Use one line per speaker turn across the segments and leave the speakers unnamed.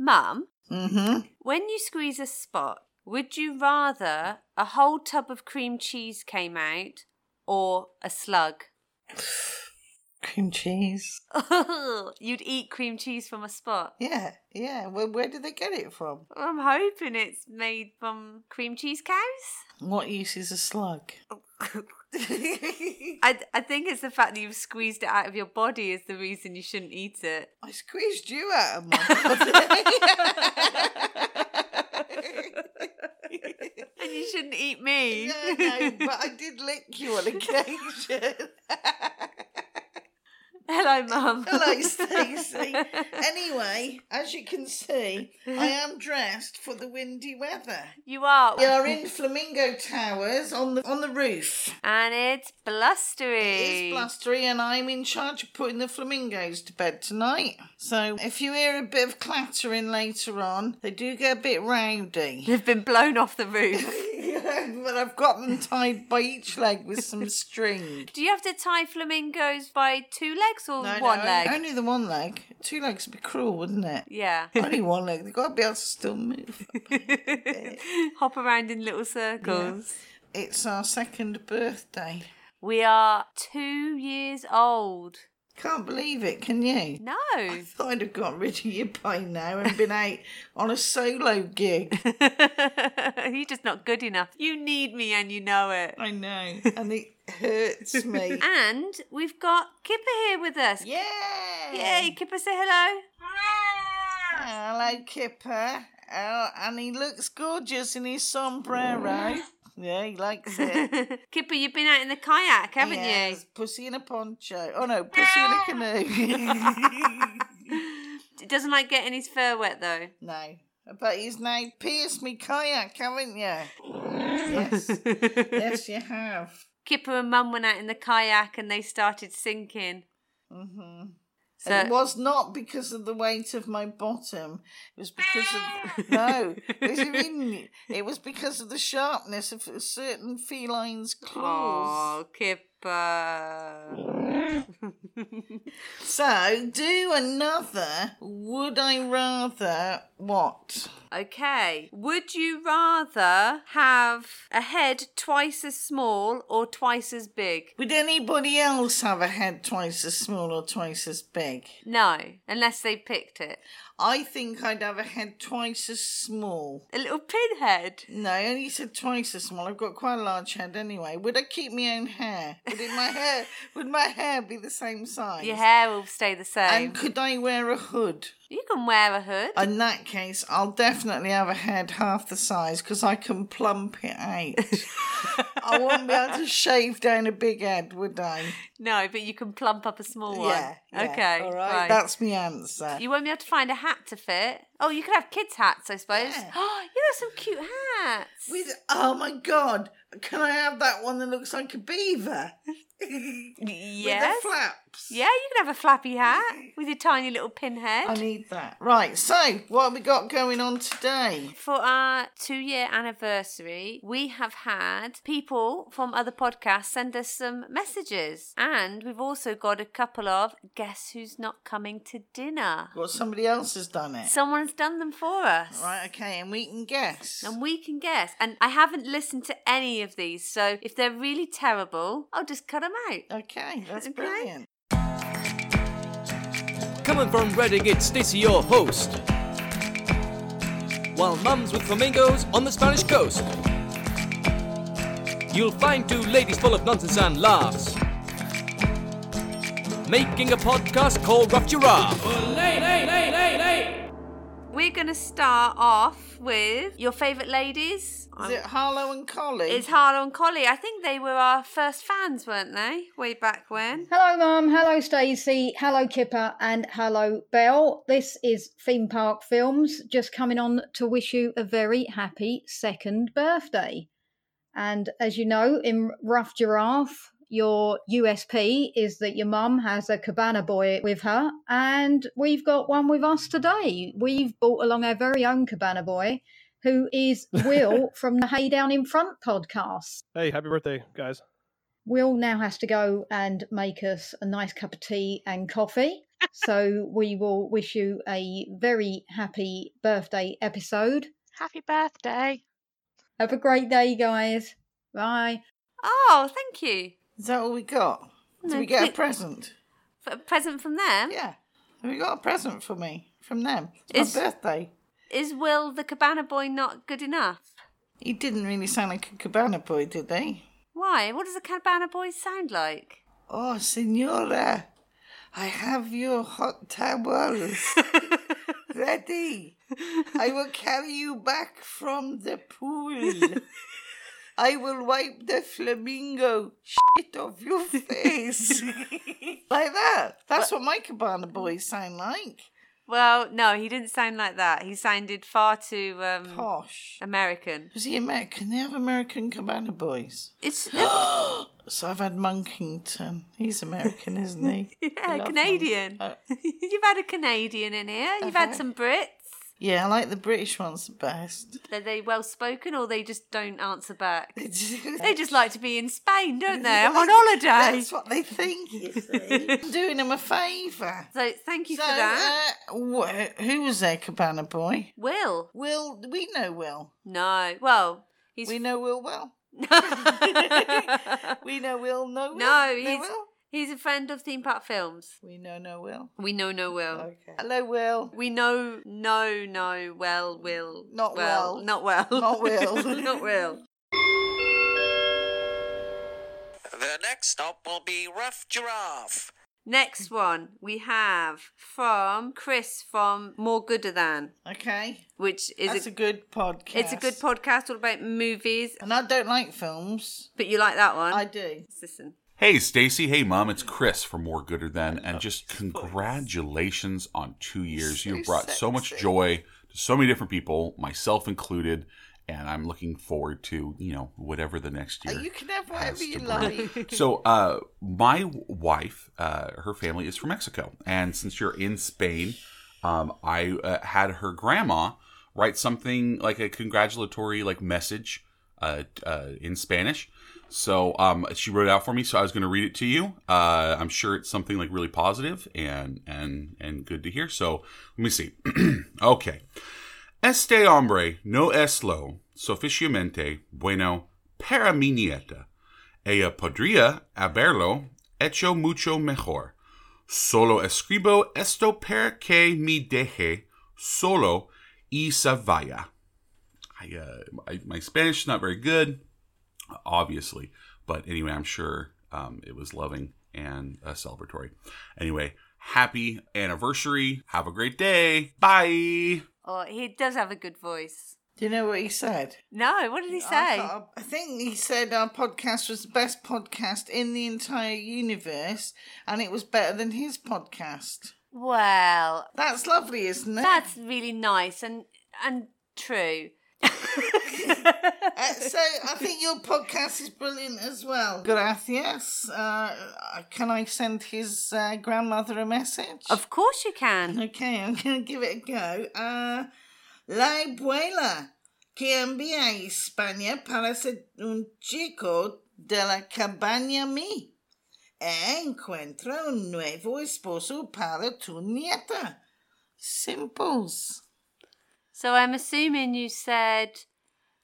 Mum,
Mm-hmm.
when you squeeze a spot, would you rather a whole tub of cream cheese came out or a slug?
Cream cheese.
You'd eat cream cheese from a spot.
Yeah, yeah. Where, where did they get it from?
I'm hoping it's made from cream cheese cows.
What use is a slug? I
I, th- I think it's the fact that you've squeezed it out of your body is the reason you shouldn't eat it.
squeezed you out of my body.
And you shouldn't eat me.
No, no, but I did lick you on occasion.
Hello, Mum.
Hello, Stacey. Anyway, as you can see, I am dressed for the windy weather.
you are.
We are in Flamingo Towers on the on the roof.
And it's blustery.
It is blustery, and I'm in charge of putting the flamingos to bed tonight. So if you hear a bit of clattering later on, they do get a bit rowdy.
They've been blown off the roof.
but I've got them tied by each leg with some string.
Do you have to tie flamingos by two legs or
No,
one
no,
leg?
Only the one leg. Two legs would be cruel, wouldn't it?
Yeah.
Only one leg. They've got to be able to still move.
Hop around in little circles.
It's our second birthday.
We are two years old.
Can't believe it, can you?
No.
I thought I'd have got rid of you by now and been out on a solo gig.
You're just not good enough. You need me and you know it.
I know. And it hurts me.
And we've got Kipper here with us.
Yay!
Yay, Kipper, say hello.
Hello, Kipper. Oh, and he looks gorgeous in his sombrero. Yeah, he likes it.
Kipper, you've been out in the kayak, haven't
Yes, Pussy in a poncho. Oh no, pussy in a canoe.
you? It doesn't like getting his fur wet though.
no. But he's now pierced me kayak, haven't you? Yes. yes, you have.
Kipper and Mum went out in the kayak and they started sinking.
hmm
So
it was not because of the weight of my bottom. It was because of no. What do you mean? It was because of the sharpness of a certain feline's claws.
Oh, Kipper.
So do another. Would I rather what?
Okay. Would you rather have a head twice as small or twice as big?
Would anybody else have a head twice as small or twice as big?
No, unless they picked it.
I think I'd have a head twice as small.
A little pinhead.
No, I only said twice as small. I've got quite a large head anyway. Would I keep my own hair? Would it, my hair? Would my hair be the same size?
Your hair will stay the same.
And could I wear a hood?
you can wear a hood.
In that case, I'll definitely have a head half the size because I can plump it out. I wouldn't be able to shave down a big head, would I?
no, but you can plump up a small one.
Yeah. yeah.
okay.
All right.
right.
That's my answer.
you won't be able to find a hat to fit. Oh, you could have kids' hats, I suppose.
Yeah.
Oh, you have some cute hats.
With oh my god, can I have that one that looks like a beaver?
yes.
With the flaps.
yeah, you can have a flappy hat with your tiny little pinhead.
I need that. Right, so what have we got going on today?
For our two year anniversary, we have had people from other podcasts send us some messages. And we've also got a couple of guess who's not coming to dinner.
Well, somebody else has done it.
Someone's done them for us.
right, okay, and we can guess.
And we can guess. And I haven't listened to any of these. So if they're really terrible, I'll just cut them out.
Okay, that's
Okay.
brilliant.
Coming from Reading, it's Stacey, your host. While mums with flamingos on the Spanish coast. You'll find two ladies full of nonsense and laughs. Making a podcast called Rough Giraffe.
We're going to start off with your favourite ladies.
Is it Harlow and Collie?
Um, It's Harlow and Collie. I think they were our first fans, weren't they? Way back when.
Hello, Mum. Hello, Stacey. Hello, Kipper. And hello, Belle. This is Theme Park Films, just coming on to wish you a very happy second birthday. And as you know, in Rough Giraffe, your USP is that your mum has a cabana boy with her. And we've got one with us today. We've brought along our very own cabana boy, who is Will from the Hey Down in Front podcast.
Hey, happy birthday, guys.
Will now has to go and make us a nice cup of tea and coffee. so we will wish you a very happy birthday episode.
Happy birthday.
Have a great day, guys. Bye.
Oh, thank you.
Is that all we got? Did
No,
we get a
click.
present?
For a present from them
Yeah. Have you got a present for me from them? It's my
Is-
birthday.
is Will the cabana boy not good enough?
He didn't really sound like a cabana boy, did they?
Why? What does a cabana boy sound like?
Oh, senora, I have your hot towels ready. I will carry you back from the pool. I will wipe the flamingo shit off your face. like that. That's what my cabana boys sound like.
Well, no, he didn't sound like that. He sounded far too um,
Posh.
American.
Was he American? They have American cabana boys.
It's
So I've had Monkington. He's American, isn't he?
yeah,
love Uh,
Canadian.
them.
You've had a Canadian in here. You've had
Uh-huh.
some Brits.
Yeah, I like the British ones the best.
Are they well spoken or they just don't answer back?
They
They just like to be in Spain, don't they? I'm on holiday.
That's what they think. you see. I'm doing them a favour.
So thank you
So,
for that.
uh, wh- who was their cabana boy?
Will?
Will. We know Will.
No. Well, he's
We know Will well. We know Will. No.
No,
Will. Know
he's-
Will.
he's a friend of theme park films.
We know no Will.
We know no Will.
Okay. Hello, Will.
We know no no well will
Not well.
not well
Not will.
not will.
The next stop will be Rough Giraffe.
Next one we have from Chris from More Gooder Than,
Okay.
which is
That's
a,
a good podcast.
it's a good podcast all about movies.
And I don't like films.
But you like that one?
I do.
Let's listen.
Hey, Stacy. Hey, Mom. It's Chris from More Gooder Than. And just congratulations on two years.
so
You've brought so much
sexy.
joy to so many different people, myself included. And I'm looking forward to, you know, whatever the next
Uh,
year.
You can have
has
whatever
to
you
bring.
like.
So, uh, my w- wife, uh, her family is from Mexico, and since you're in Spain, um, I uh, had her grandma write something like a congratulatory like message uh, uh, in Spanish. So um, she wrote it out for me, so I was going to read it to you. Uh, I'm sure it's something like really positive and and and good to hear. So let me see. okay. Este hombre no es lo suficientemente bueno para mi nieta. Ella podría haberlo hecho mucho mejor. Solo escribo esto para que me deje solo y se vaya. I, uh, my, my Spanish is not very good, obviously, but anyway, I'm sure um, it was loving and uh, celebratory. Anyway, happy anniversary. Have a great day. Bye.
Oh, he does have a good voice.
do you know what he said?
No, what did he
I
say?
thought- I think he said our podcast was the best podcast in the entire universe, and it was better than his podcast.
Well,
That's lovely, isn't it?
that's really nice and and true.
Uh, so I think your podcast is brilliant as well. Gracias. Uh, can I send his uh, grandmother a message?
Of course you can.
Okay, I'm going to give it a go. Uh, la abuela que envía a España para ser un chico de la cabaña mí. Encuentra un nuevo esposo para tu nieta. Simples.
So I'm assuming you said,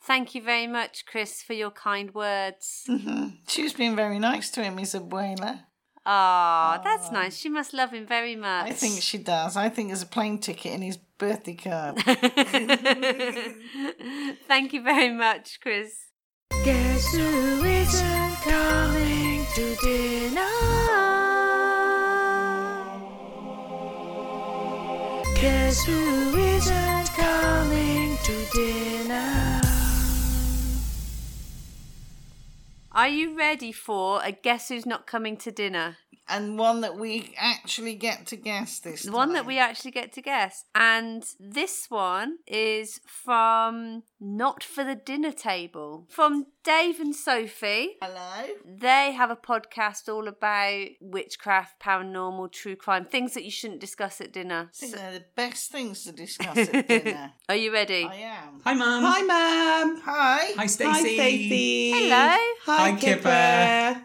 "Thank you very much, Chris, for your kind words."
She's been very nice to him, his abuela.
Ah, that's nice. She must love him very much.
I think she does. I think there's a plane ticket in his birthday card.
Thank you very much, Chris.
Guess who isn't coming to dinner? Guess who isn't coming to dinner?
Are you ready for a guess who's not coming to dinner?
and one that we actually get to guess this.
The one that
time.
we actually get to guess. And this one is from Not for the Dinner Table from Dave and Sophie.
Hello?
They have a podcast all about witchcraft, paranormal, true crime, things that you shouldn't discuss at dinner.
I think
So-
they're the best things to discuss at dinner.
are you ready?
I am.
Hi, Mum. Hi, Mum.
Hi.
Hi, Stacey.
Hello.
Hi, Kipper.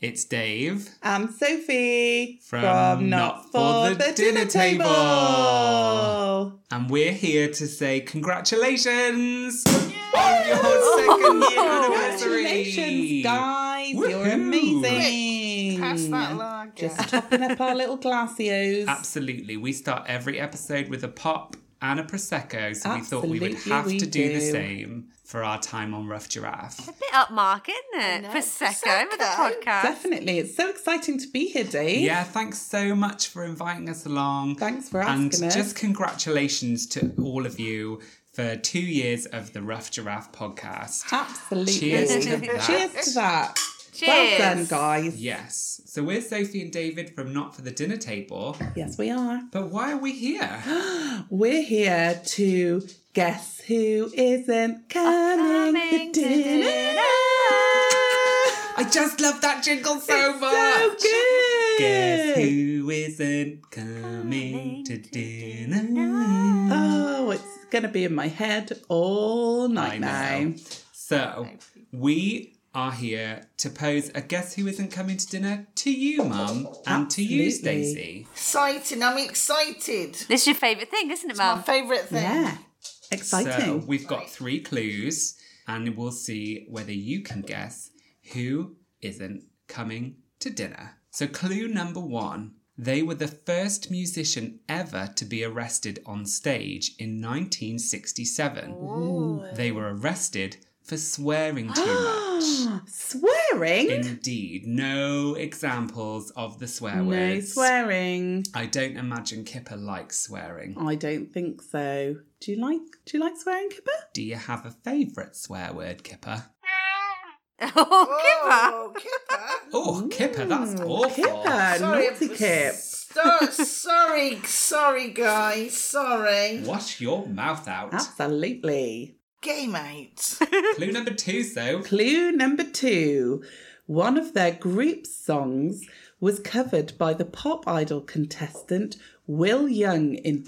It's Dave.
I'm Sophie
From Not For the Dinner Table. And we're here to say congratulations on your second year anniversary.
Oh, Congratulations, guys! You're
Woohoo.
amazing.
Pass that along.
Just topping up our little glacios.
Absolutely. We start every episode with a pop and a Prosecco, so we thought we would
Absolutely
have
we
to do, the
do.
same for our time on Rough Giraffe.
Bit upmarket, isn't it? Prosecco with a podcast.
Definitely, it's so exciting to be here, Dave.
Yeah, thanks so much for inviting us along.
Thanks for
and
asking us.
just congratulations to all of you for two years of the Rough Giraffe podcast.
Absolutely.
Cheers to that.
Cheers to that.
Cheers.
Well done, guys.
Yes. So we're Sophie and David from Not for the Dinner Table.
Yes, we are.
But why are we here?
We're here to guess who isn't coming,
Coming
to
to
dinner.
dinner.
I just love that jingle so
So
much.
good.
Guess who isn't coming to dinner?
Oh, it's gonna be in my head all
I
night now.
know. So we are here to pose a guess who isn't coming to dinner to you, Mum, and to you,
Absolutely.
Stacey.
Exciting. I'm excited.
This is your favourite thing, isn't it,
My
Mum?
favourite thing.
Yeah,
So
exciting.
we've got three clues, and we'll see whether you can guess who isn't coming to dinner. So, clue number one they were the first musician ever to be arrested on stage in 1967. They were arrested for swearing too much.
swearing?
Indeed, no examples of the swear
no
words.
swearing.
I don't imagine Kipper likes swearing.
I don't think so. Do you like do you like swearing, Kipper?
Do you have a favourite swear word, Kipper?
Oh,
Oh, Kipper.
Oh, Kipper, that's awful.
Sorry,
Kipper, naughty
it was-
Kip.
So- sorry, sorry, guys. Sorry.
Wash your mouth out.
Absolutely.
Game out.
Clue number two, so.
Clue number two. One of their group's songs was covered by the pop idol contestant Will Young in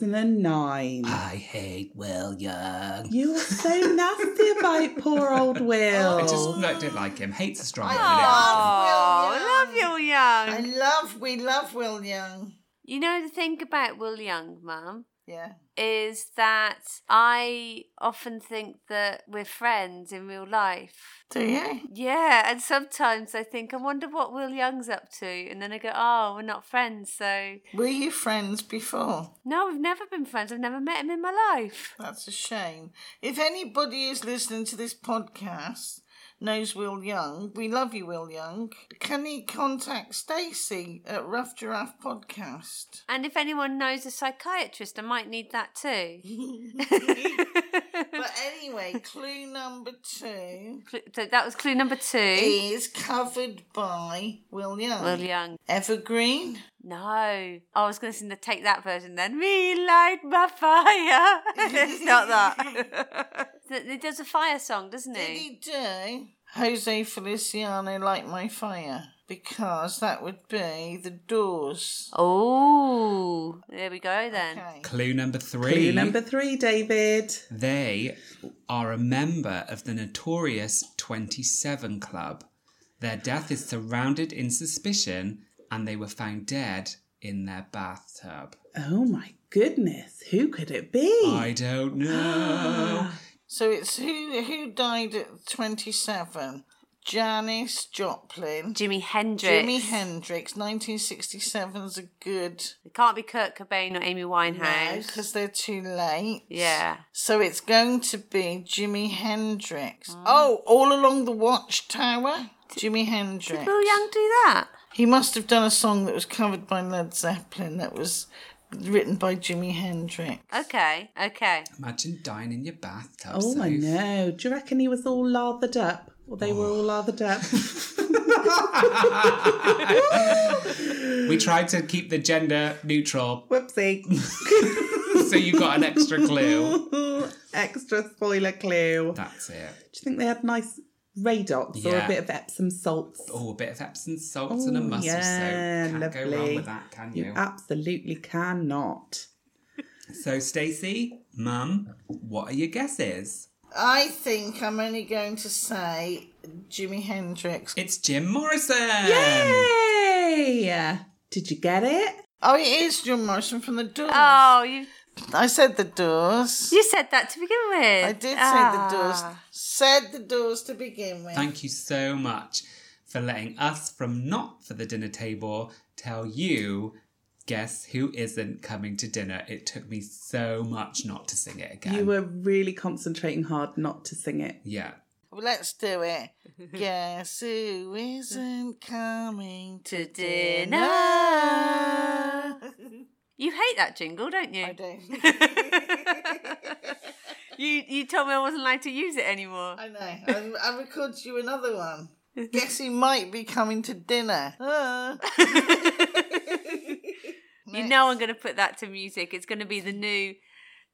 2009.
I hate William.
You were so nasty about poor old Will.
I just no, don't like him. Hate's a strong word. isn't
Ah.
it?
love
Will Young.
Will Young.
I love, we love Will Young.
You know the thing about Will Young, Mum,
Yeah.
is that I often think that we're friends in real life.
Do you?
Yeah, and sometimes I think, I wonder what Will Young's up to. And then I go, oh, we're not friends. So,
Were you friends before?
no, we've never been friends. I've never met him in my life.
That's a shame. If anybody is listening to this podcast knows Will Young, we love you, Will Young. Can he contact Stacey at Rough Giraffe Podcast?
And if anyone knows a psychiatrist, I might need that too.
But anyway, clue number two
Cl- so that was clue number two.
is covered by Will Young.
Will Young.
Evergreen.
No. I was going to sing the Take That version then. Relight my fire. it's not that. Th- he does a fire song, doesn't
Did
he?
he do Jose Feliciano Light My Fire? Because that would be the doors.
Oh, there we go then.
Okay.
Clue number three.
Clue number three, David.
They are a member of the notorious 27 Club. Their death is surrounded in suspicion, and they were found dead in their bathtub.
Oh my goodness, who could it be?
I don't know.
So it's who who died at twenty seven? Janis Joplin,
Jimi Hendrix.
Jimi Hendrix. Nineteen sixty seven's a good
It can't be Kurt Cobain or Amy Winehouse.
because they're too late.
Yeah.
So it's going to be Jimi Hendrix. Oh, all along the Watchtower. Jimi Hendrix.
Did Will Young do that?
He must have done a song that was covered by Led Zeppelin that was written by Jimi Hendrix.
Okay, okay.
Imagine dying in your bathtub.
oh, I
Soph.
know. Do you reckon he was all lathered up? Or they
Oh.
were all lathered up?
We tried to keep the gender neutral,
Whoopsie.
so you got an extra clue.
Extra spoiler clue.
That's it.
Do you think they had nice radox or
Yeah.
a bit of Epsom salts?
Oh, a bit of Epsom salt and a
Ooh,
mussel
Oh, yeah,
soap. Can't go wrong
lovely.
with that, can
You
you?
absolutely cannot.
So, Stacey, Mum, what are your guesses?
I think I'm only going to say Jimi Hendrix.
It's Jim Morrison.
Yay! Did you get it?
Oh, it is Jim Morrison from The Doors.
Oh, you
I said The Doors.
you said that to begin with.
I did
Ah.
say The Doors. Said The Doors to begin with.
Thank you so much for letting us from Not for the Dinner Table tell you guess who isn't coming to dinner. It took me so much not to sing it again.
You were really concentrating hard not to sing it.
Yeah.
Well, let's do it. Guess who isn't coming to
To
dinner?
dinner. You hate that jingle, don't you?
I do.
you you told me I wasn't allowed to use it anymore.
I know. I, I recorded you another one. Guess who might be coming to dinner? Uh.
You know I'm going to put that to music. It's going to be the new.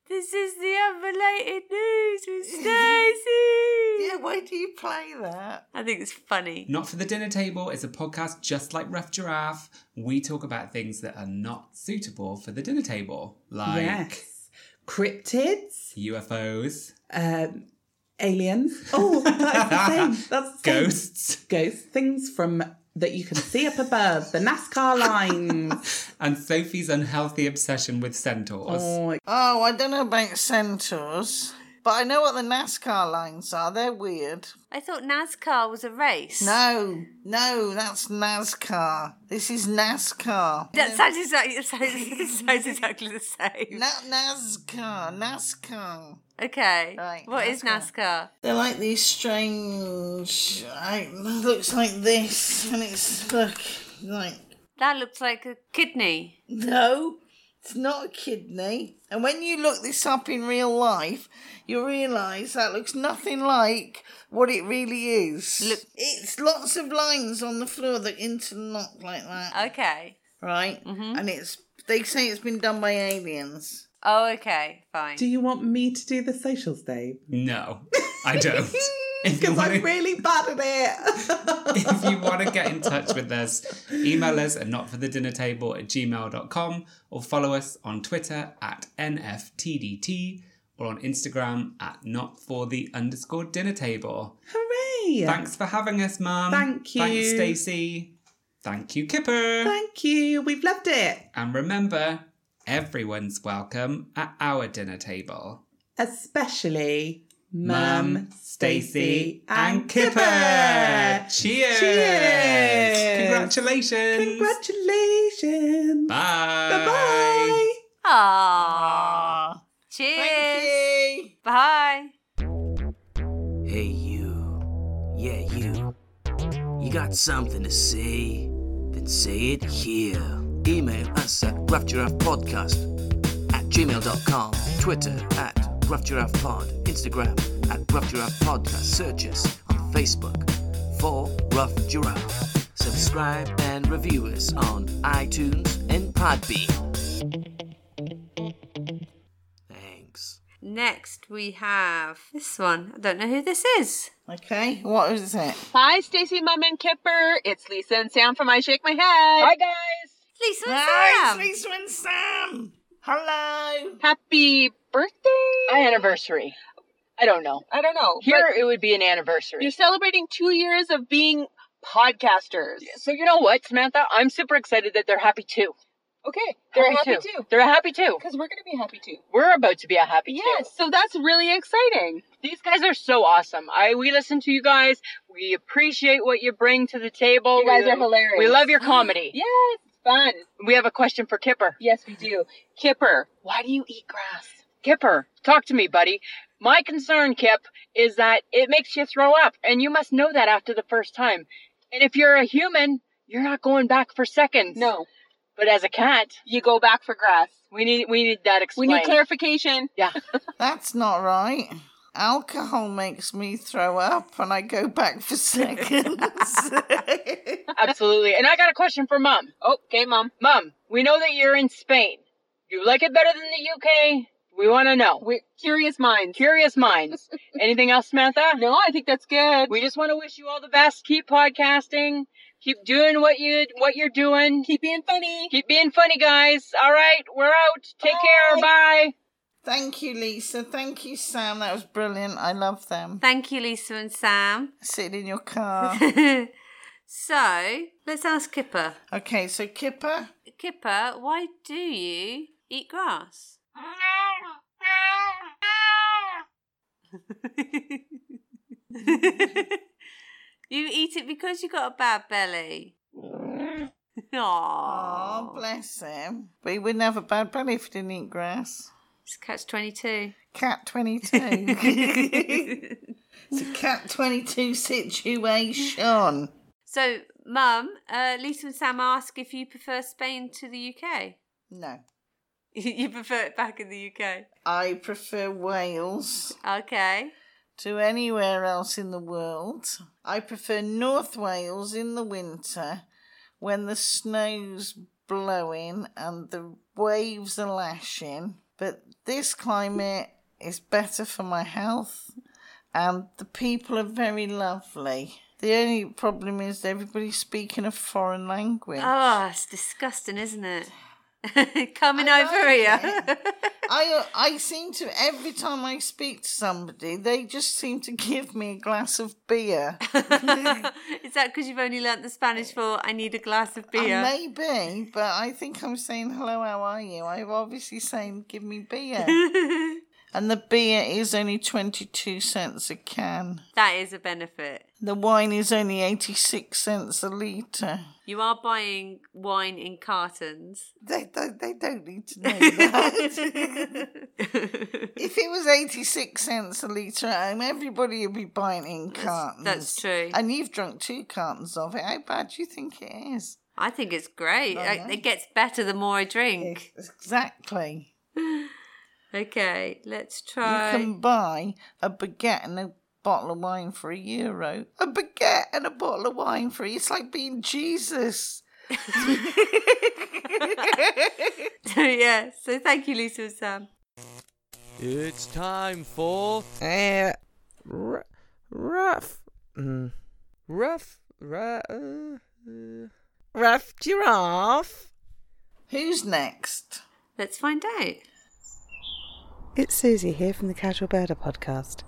This is the unrelated news with Stacey.
Yeah, why do you play that?
I think it's funny.
Not for the Dinner Table is a podcast just like Rough Giraffe. We talk about things that are not suitable for the dinner table, like
Yes. Cryptids,
UFOs,
um, aliens. Oh, that's the same. That's the same.
ghosts,
Ghosts, things from that you can see up above, the NASCAR lines.
and Sophie's unhealthy obsession with centaurs.
oh,
Oh, I don't know about centaurs, but I know what the NASCAR lines are. They're weird.
I thought NASCAR was a race.
No, no, that's NASCAR. This is NASCAR.
That sounds exactly, it sounds, it sounds exactly the same.
Not NASCAR, NASCAR.
Okay.
Right,
What is NASCAR?
They're like these strange. I, looks like this, and it's look like
That looks like a kidney.
no, it's not a kidney. And when you look this up in real life, you realise that looks nothing like what it really is.
Look-
it's lots of lines on the floor that interlock like that,
Okay.
right? And it's they say it's been done by aliens.
Oh, okay. Fine.
do you want me to do the socials, Dave?
No, I don't. If you
Because
wanna-
I'm really bad at it.
if you want to get in touch with us, email us at notforthedinnertable at gmail.com or follow us on Twitter at NFTDT or on Instagram at notforthe underscore dinner table.
Hooray!
Thanks for having us, Mum.
Thank you.
Thanks, Stacey. Thank you, Kipper.
Thank you. We've loved it.
and remember, everyone's welcome at our dinner table.
especially
Mum,
Mum,
Stacey,
Stacey,
and Kipper. Cheers.
Cheers.
Congratulations.
Congratulations.
Bye.
Bye bye.
Aww.
Thank
Cheers.
you.
Bye.
Hey, you. Yeah, you. You got something to say? Then say it here. Email us at roughgiraffepodcast at gmail.com. Twitter at roughgiraffepod. Instagram at roughgiraffepodcast. Search us on Facebook for Rough Giraffe. Subscribe and review us on iTunes and Podbean. Thanks.
Next, we have this one. I don't know who this is.
Okay, what is it?
Hi, Stacy, Mum, and Kipper. It's Lisa and Sam from I Shake My Head. Hi, guys.
Lisa and
Hi,
Sam.
Lisa and Sam. Hello.
Happy birthday.
Anniversary. I don't know.
I don't know.
Here
but
it would be an
you're
anniversary.
celebrating two years of being podcasters.
So you know what, Samantha? I'm super excited that they're happy too.
Okay,
They're
I'm happy
too.
too.
They're happy too.
Because we're going to be happy too.
We're about to be a happy
Yes, so that's really exciting.
These guys are so awesome. I we listen to you guys. We appreciate what you bring to the table.
You guys
We-
are hilarious.
We love your comedy.
Yes, it's fun.
We have a question for Kipper.
Yes, we do. Kipper, why do you eat grass?
Kipper, talk to me, buddy. My concern, Kip, is that it makes you throw up, and you must know that after the first time. And if you're a human, you're not going back for seconds.
No,
But as a cat,
you go back for grass.
we need we need that
We
explained.
need clarification.
That's not right. Alcohol makes me throw up and I go back for seconds.
Absolutely. And I got a question for Mum.
Oh, Okay, Mum.
Mum, we know that you're in Spain. You like it better than the UK. We want to know.
We're curious minds.
Curious minds. Anything else, Samantha?
No, I think that's good.
We just want to wish you all the best. Keep podcasting. Keep doing what you what you're doing.
Keep being funny.
Keep being funny, guys. All right, we're out. Take care. Bye.
Thank you, Lisa. Thank you, Sam. That was brilliant. I love them.
Thank you, Lisa and Sam.
Sitting in your car.
so let's ask Kipper.
Okay, so Kipper.
Kipper, why do you eat grass? you eat it because you got a bad belly. Aww.
Oh, bless him. But he wouldn't have a bad belly if he didn't eat grass.
It's catch 22.
Cat 22. it's a cat 22 situation.
So, Mum, uh, Lisa and Sam ask if you prefer Spain to the UK.
No.
you prefer it back in the UK?
I prefer Wales
Okay.
to anywhere else in the world. I prefer North Wales in the winter when the snow's blowing and the waves are lashing. But this climate is better for my health and the people are very lovely. The only problem is everybody's speaking a foreign language.
Oh, it's disgusting, isn't it? Coming
I
over
like
here.
I I seem to every time I speak to somebody, they just seem to give me a glass of beer.
Is that because you've only learnt the Spanish for I need a glass of beer?
And Maybe, but I think I'm saying hello. How are you? I'm obviously saying give me beer, and the beer is only twenty two cents a can.
that is a benefit.
The wine is only eighty six cents a liter.
You are buying wine in cartons.
They don't, they don't need to know that. if it was 86 cents a litre at home, everybody would be buying it in cartons.
that's true.
And you've drunk two cartons of it. How bad do you think it is?
I think it's great.
Not
I-
nice.
It gets better the more I drink.
Exactly.
Okay, let's
You
try.
can buy a baguette and a bottle of wine for a euro. A baguette and a bottle of wine for It's like being Jesus.
so, yeah, so thank you, Lisa and Sam.
It's time for.
Uh, r- rough. Mm. Rough. Ra- uh, uh, rough giraffe.
Who's next?
Let's find out.
It's Susie here from the Casual Birder podcast.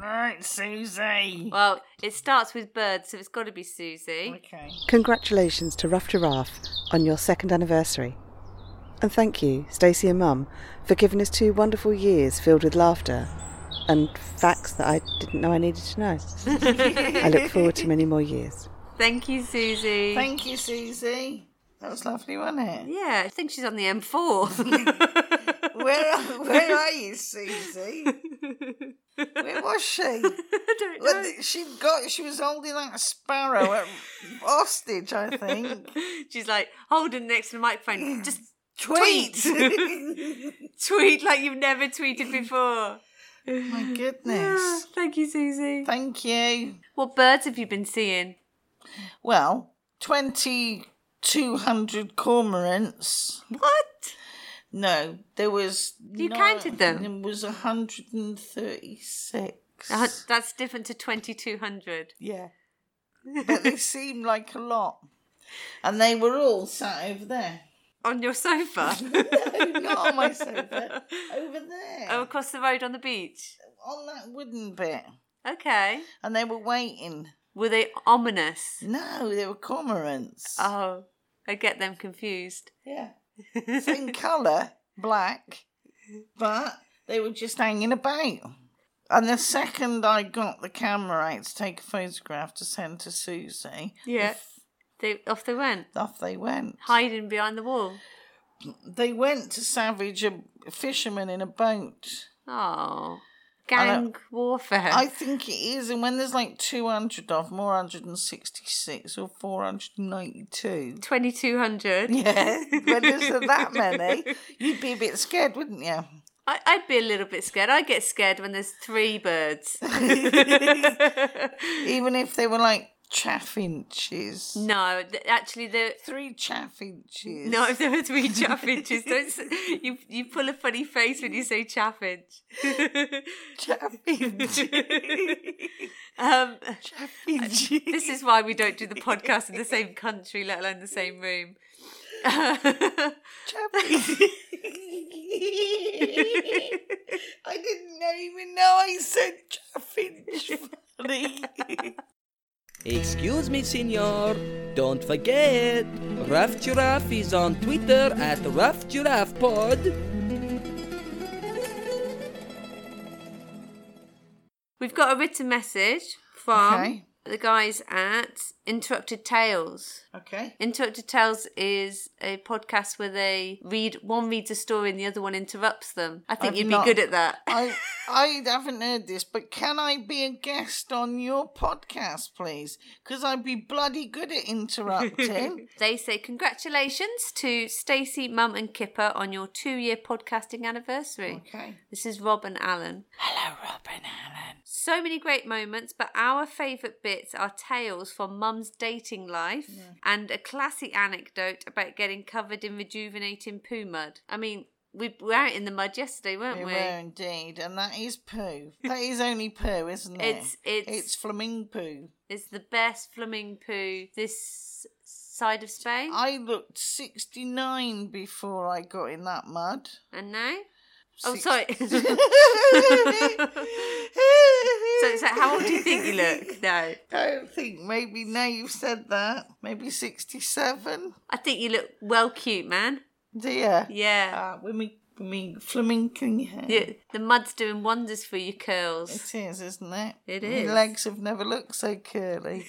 Right, Susie.
Well, it starts with birds, so it's got to be Susie.
Okay.
Congratulations to Rough Giraffe on your second anniversary. And thank you, Stacey and Mum, for giving us two wonderful years filled with laughter and facts that I didn't know I needed to know. I look forward to many more years.
Thank you, Susie.
Thank you, Susie. That was lovely, wasn't it?
Yeah, I think she's on the M4.
Where are, where are you, Susie? Where was she? I
don't
know. She got. She was holding that sparrow at hostage. I think.
She's like holding next to the microphone. Just tweet,
Tweet.
tweet like you've never tweeted before.
My
Yeah,
goodness.
thank you, Susie.
Thank you.
What birds have you been seeing?
Well, twenty two hundred cormorants.
What?
No, there was.
You
nine-
counted them?
There was hundred and thirty six.
Uh, That's different to twenty two hundred.
Yeah. but they seemed like a lot. And they were all sat over there.
On your sofa?
Not on my sofa. Over there.
Oh, across the road on the beach.
On that wooden bit.
Okay.
And they were waiting.
Were they ominous?
No, they were cormorants.
Oh, I get them confused.
Yeah. Same colour, black, but they were just hanging about. And the second I got the camera out to take a photograph to send to Susie,
Yeah. They off they went,
off they went.
hiding behind the wall.
They went to savage a fisherman in a boat.
Oh,
And
gang warfare.
I think it is. And when there's like 200 of them, or 166 or 492.
2200.
Yeah, when there's that many, you'd be a bit scared, wouldn't you?
I, I'd be a little bit scared. I get scared when there's three birds.
Even if they were like chaffinches.
no, th- actually, the
three chaffinches.
No, if there were three chaffinches, don't s- you you pull a funny face when you say chaffinch. chaffinch. um, This is why we don't do the podcast in the same country, let alone the same room.
I didn't know- even know I said chaffinch funny.
Excuse me, senor. Don't forget, Rough Giraffe is on Twitter at Rough Giraffe Pod.
We've got a written message from
Okay.
the guys at Interrupted Tales.
Okay.
Interrupted Tales is a podcast where they read one reads a story and the other one interrupts them. I think
I've
you'd
not-
be good at that.
I I haven't heard this, but can I be a guest on your podcast, please? Because I'd be bloody good at interrupting.
they say congratulations to Stacey, Mum, and Kipper on your two-year podcasting anniversary.
Okay.
This is Rob and Alan. Hello, Rob and Alan. So many great moments, but our favourite bits are tales from Mum's dating life and a classy anecdote about getting covered in rejuvenating poo mud. I mean, we were out in the mud yesterday, weren't
They
we?
were indeed, and that is poo. That is only poo, isn't it?
It's- it's-
it's flaming poo.
It's the best flaming poo this side of Spain.
I looked sixty nine before I got in that mud.
And now? Oh,
Six-
sorry. so, so, how old do you think you look? No.
I think maybe now you've said that, maybe 67.
I think you look well cute, man.
Do you?
Yeah.
Uh, with me, with me flaminking hair.
The, the mud's doing wonders for your curls.
It is, isn't it?
It
My
is.
legs have never looked so curly.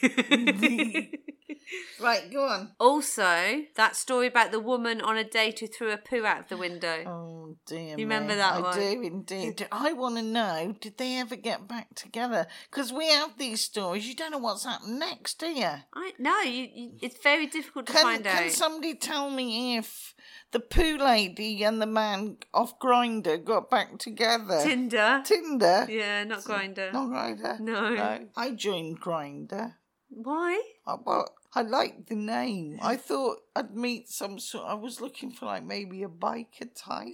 right, go on.
Also, that story about the woman on a date who threw a poo out the window.
Oh dear!
You remember
me.
that
I
one?
do indeed. I want to know: Did they ever get back together? Because we have these stories. You don't know what's happened next, do you?
I no. You, you, it's very difficult to
Can,
find
can
out.
somebody tell me if the poo lady and the man off Grinder got back together?
Tinder.
Tinder.
Yeah, not grinder.
Not Grinder.
No.
I joined Grinder.
Why?
I, Uh, well, I liked the name. I thought I'd meet some sort. I was looking for like maybe a biker type.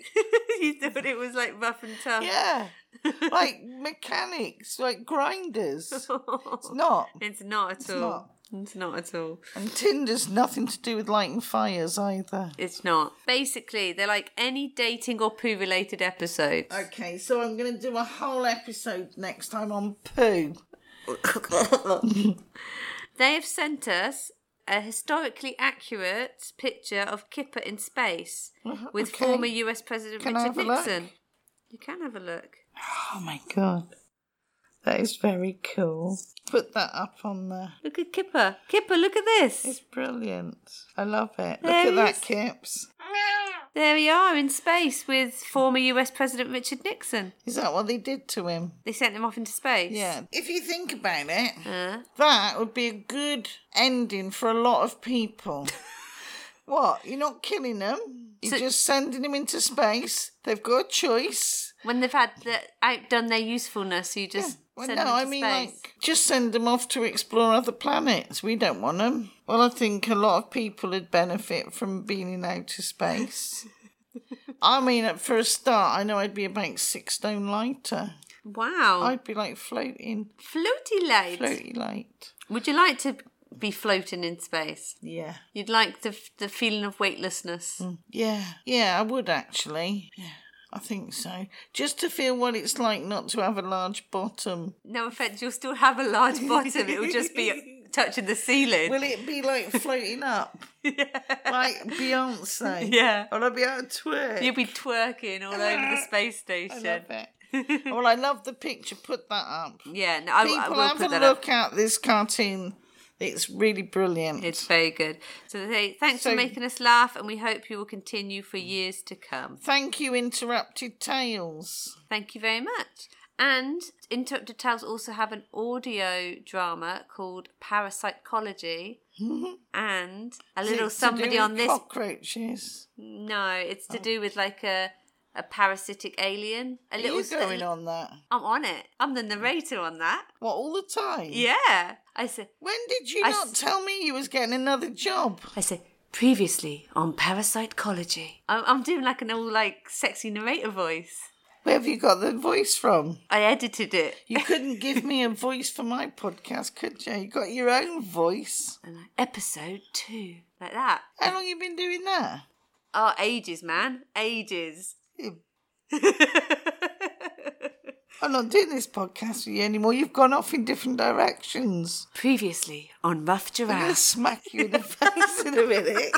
you thought it was like rough and tough.
Yeah. like mechanics, like grinders. It's not.
It's not at
It's
all.
not.
It's not at all.
And Tinder's nothing to do with lighting fires either.
It's not. Basically, they're like any dating or poo related episode.
Okay, so I'm going to do a whole episode next time on poo.
They have sent us a historically accurate picture of Kipper in space
Uh-huh,
with
okay.
former US President
Can I
Richard
have a look?
Nixon. You can have a look.
Oh my god. That is very cool. Put that up on there.
Look at Kipper. Kipper, look at this.
It's brilliant. I love it. Look
There
at that,
is-
Kips.
There we are in space with former US President Richard Nixon.
Is that what they did to him?
They sent him off into space.
Yeah. If you think about it,
Uh,
that would be a good ending for a lot of people. what? You're not killing them? You're just sending them into space. They've got a choice.
when they've had the, outdone their usefulness, you just
Well,
send
no,
them to
I mean,
space.
like, just send them off to explore other planets. We don't want them. Well, I think a lot of people would benefit from being in outer space. I mean, for a start, I know I'd be about six stone lighter.
wow,
I'd be like floating,
floaty light.
floaty light.
Would you like to be floating in space?
Yeah.
You'd like the the feeling of weightlessness.
Yeah, yeah, I would actually. Yeah, I think so. Just to feel what it's like not to have a large bottom.
No offense, you'll still have a large bottom. It will just be touching the ceiling.
Will it be like floating up? Like Beyonce.
Yeah.
Will I be able to twerk?
You'll be twerking all over the space station.
love well, I love the picture. Put that up.
Yeah, no, I,
People
I will
have
put
a
that up.
look at this cartoon. It's really brilliant.
It's very good. So they, thanks
So-
for making us laugh, and we hope you will continue for years to come.
Thank you, Interrupted Tales.
Thank you very much. And Interrupted Tales also have an audio drama called Parapsychology, and a
Is
little
it to do
somebody
with
on this.
Cockroaches.
No, it's to do with like a a parasitic alien. A
Are
little
you
st-
going on that?
I'm on it. I'm the narrator on that.
What all the time?
Yeah, Mm. I said.
When did you
I
not
s-
tell me you was getting another job?
I said previously on parapsychology. I'm, I'm doing like an all like sexy narrator voice.
Where have you got the voice from?
I edited it.
You couldn't give me a voice for my podcast, could you? You got your own voice.
Episode two, like that.
How long you been doing that?
Oh, ages, man, ages.
I'm not doing this podcast with you anymore. You've gone off in different directions.
Previously on Rough Giraffe.
I'm going to smack you in the face in a minute.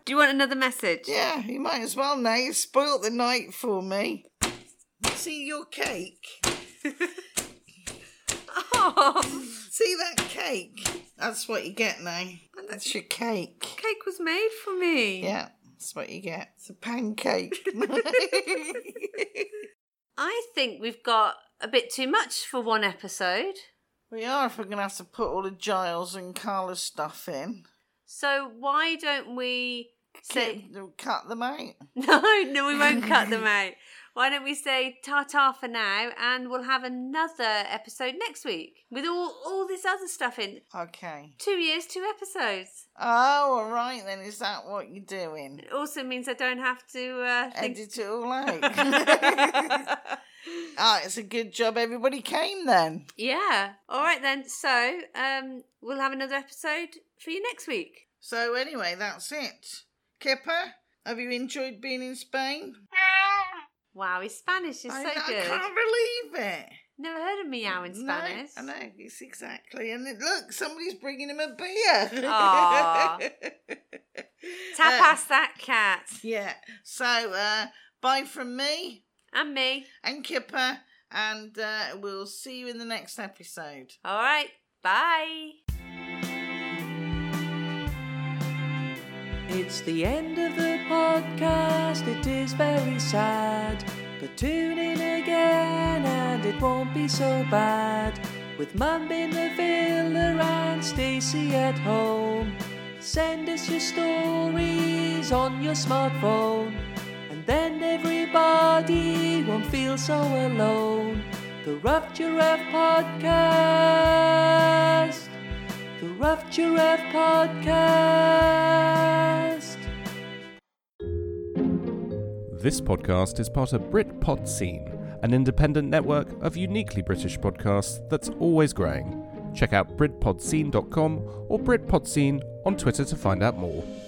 Do you want another message?
Yeah, you might as well now. You spoilt the night for me. See your cake?
Oh,
See that cake? That's what you get now. That's your cake.
Cake was made for me.
Yeah, that's what you get. It's a pancake.
I think we've got a bit too much for one episode.
we are if we're going to have to put all the Giles and Carla's stuff in.
So why don't we say
Cut- Cut them out.
no, no, we won't cut them out. Why don't we say ta-ta for now, and we'll have another episode next week with all all this other stuff in.
Okay.
Two years, two episodes.
Oh, all right then. Is that what you're doing?
It also means I don't have to uh, think.
Edit it all out. ah, it's a good job everybody came then.
Yeah. All right then. So um, we'll have another episode for you next week.
So anyway, that's it. Kipper, have you enjoyed being in Spain?
Wow, his Spanish is
I,
so
I
good.
can't believe it.
Never heard of meow in
No,
Spanish.
I know, it's exactly. And it, look, somebody's bringing him a beer.
Aw. Tap
Uh,
past that cat.
Yeah. So, uh, bye from me
And me.
and Kipper, and uh, we'll see you in the next episode.
All right. Bye.
It's the end of the podcast, it is very sad. But tune in again and it won't be so bad. With Mum in the villa and Stacy at home. Send us your stories on your smartphone. And then everybody won't feel so alone. The Rough Giraffe Podcast. The Rough Giraffe Podcast.
This podcast is part of Brit Pod Scene, an independent network of uniquely British podcasts that's always growing. Check out BritPodScene.com or BritPodScene on Twitter to find out more.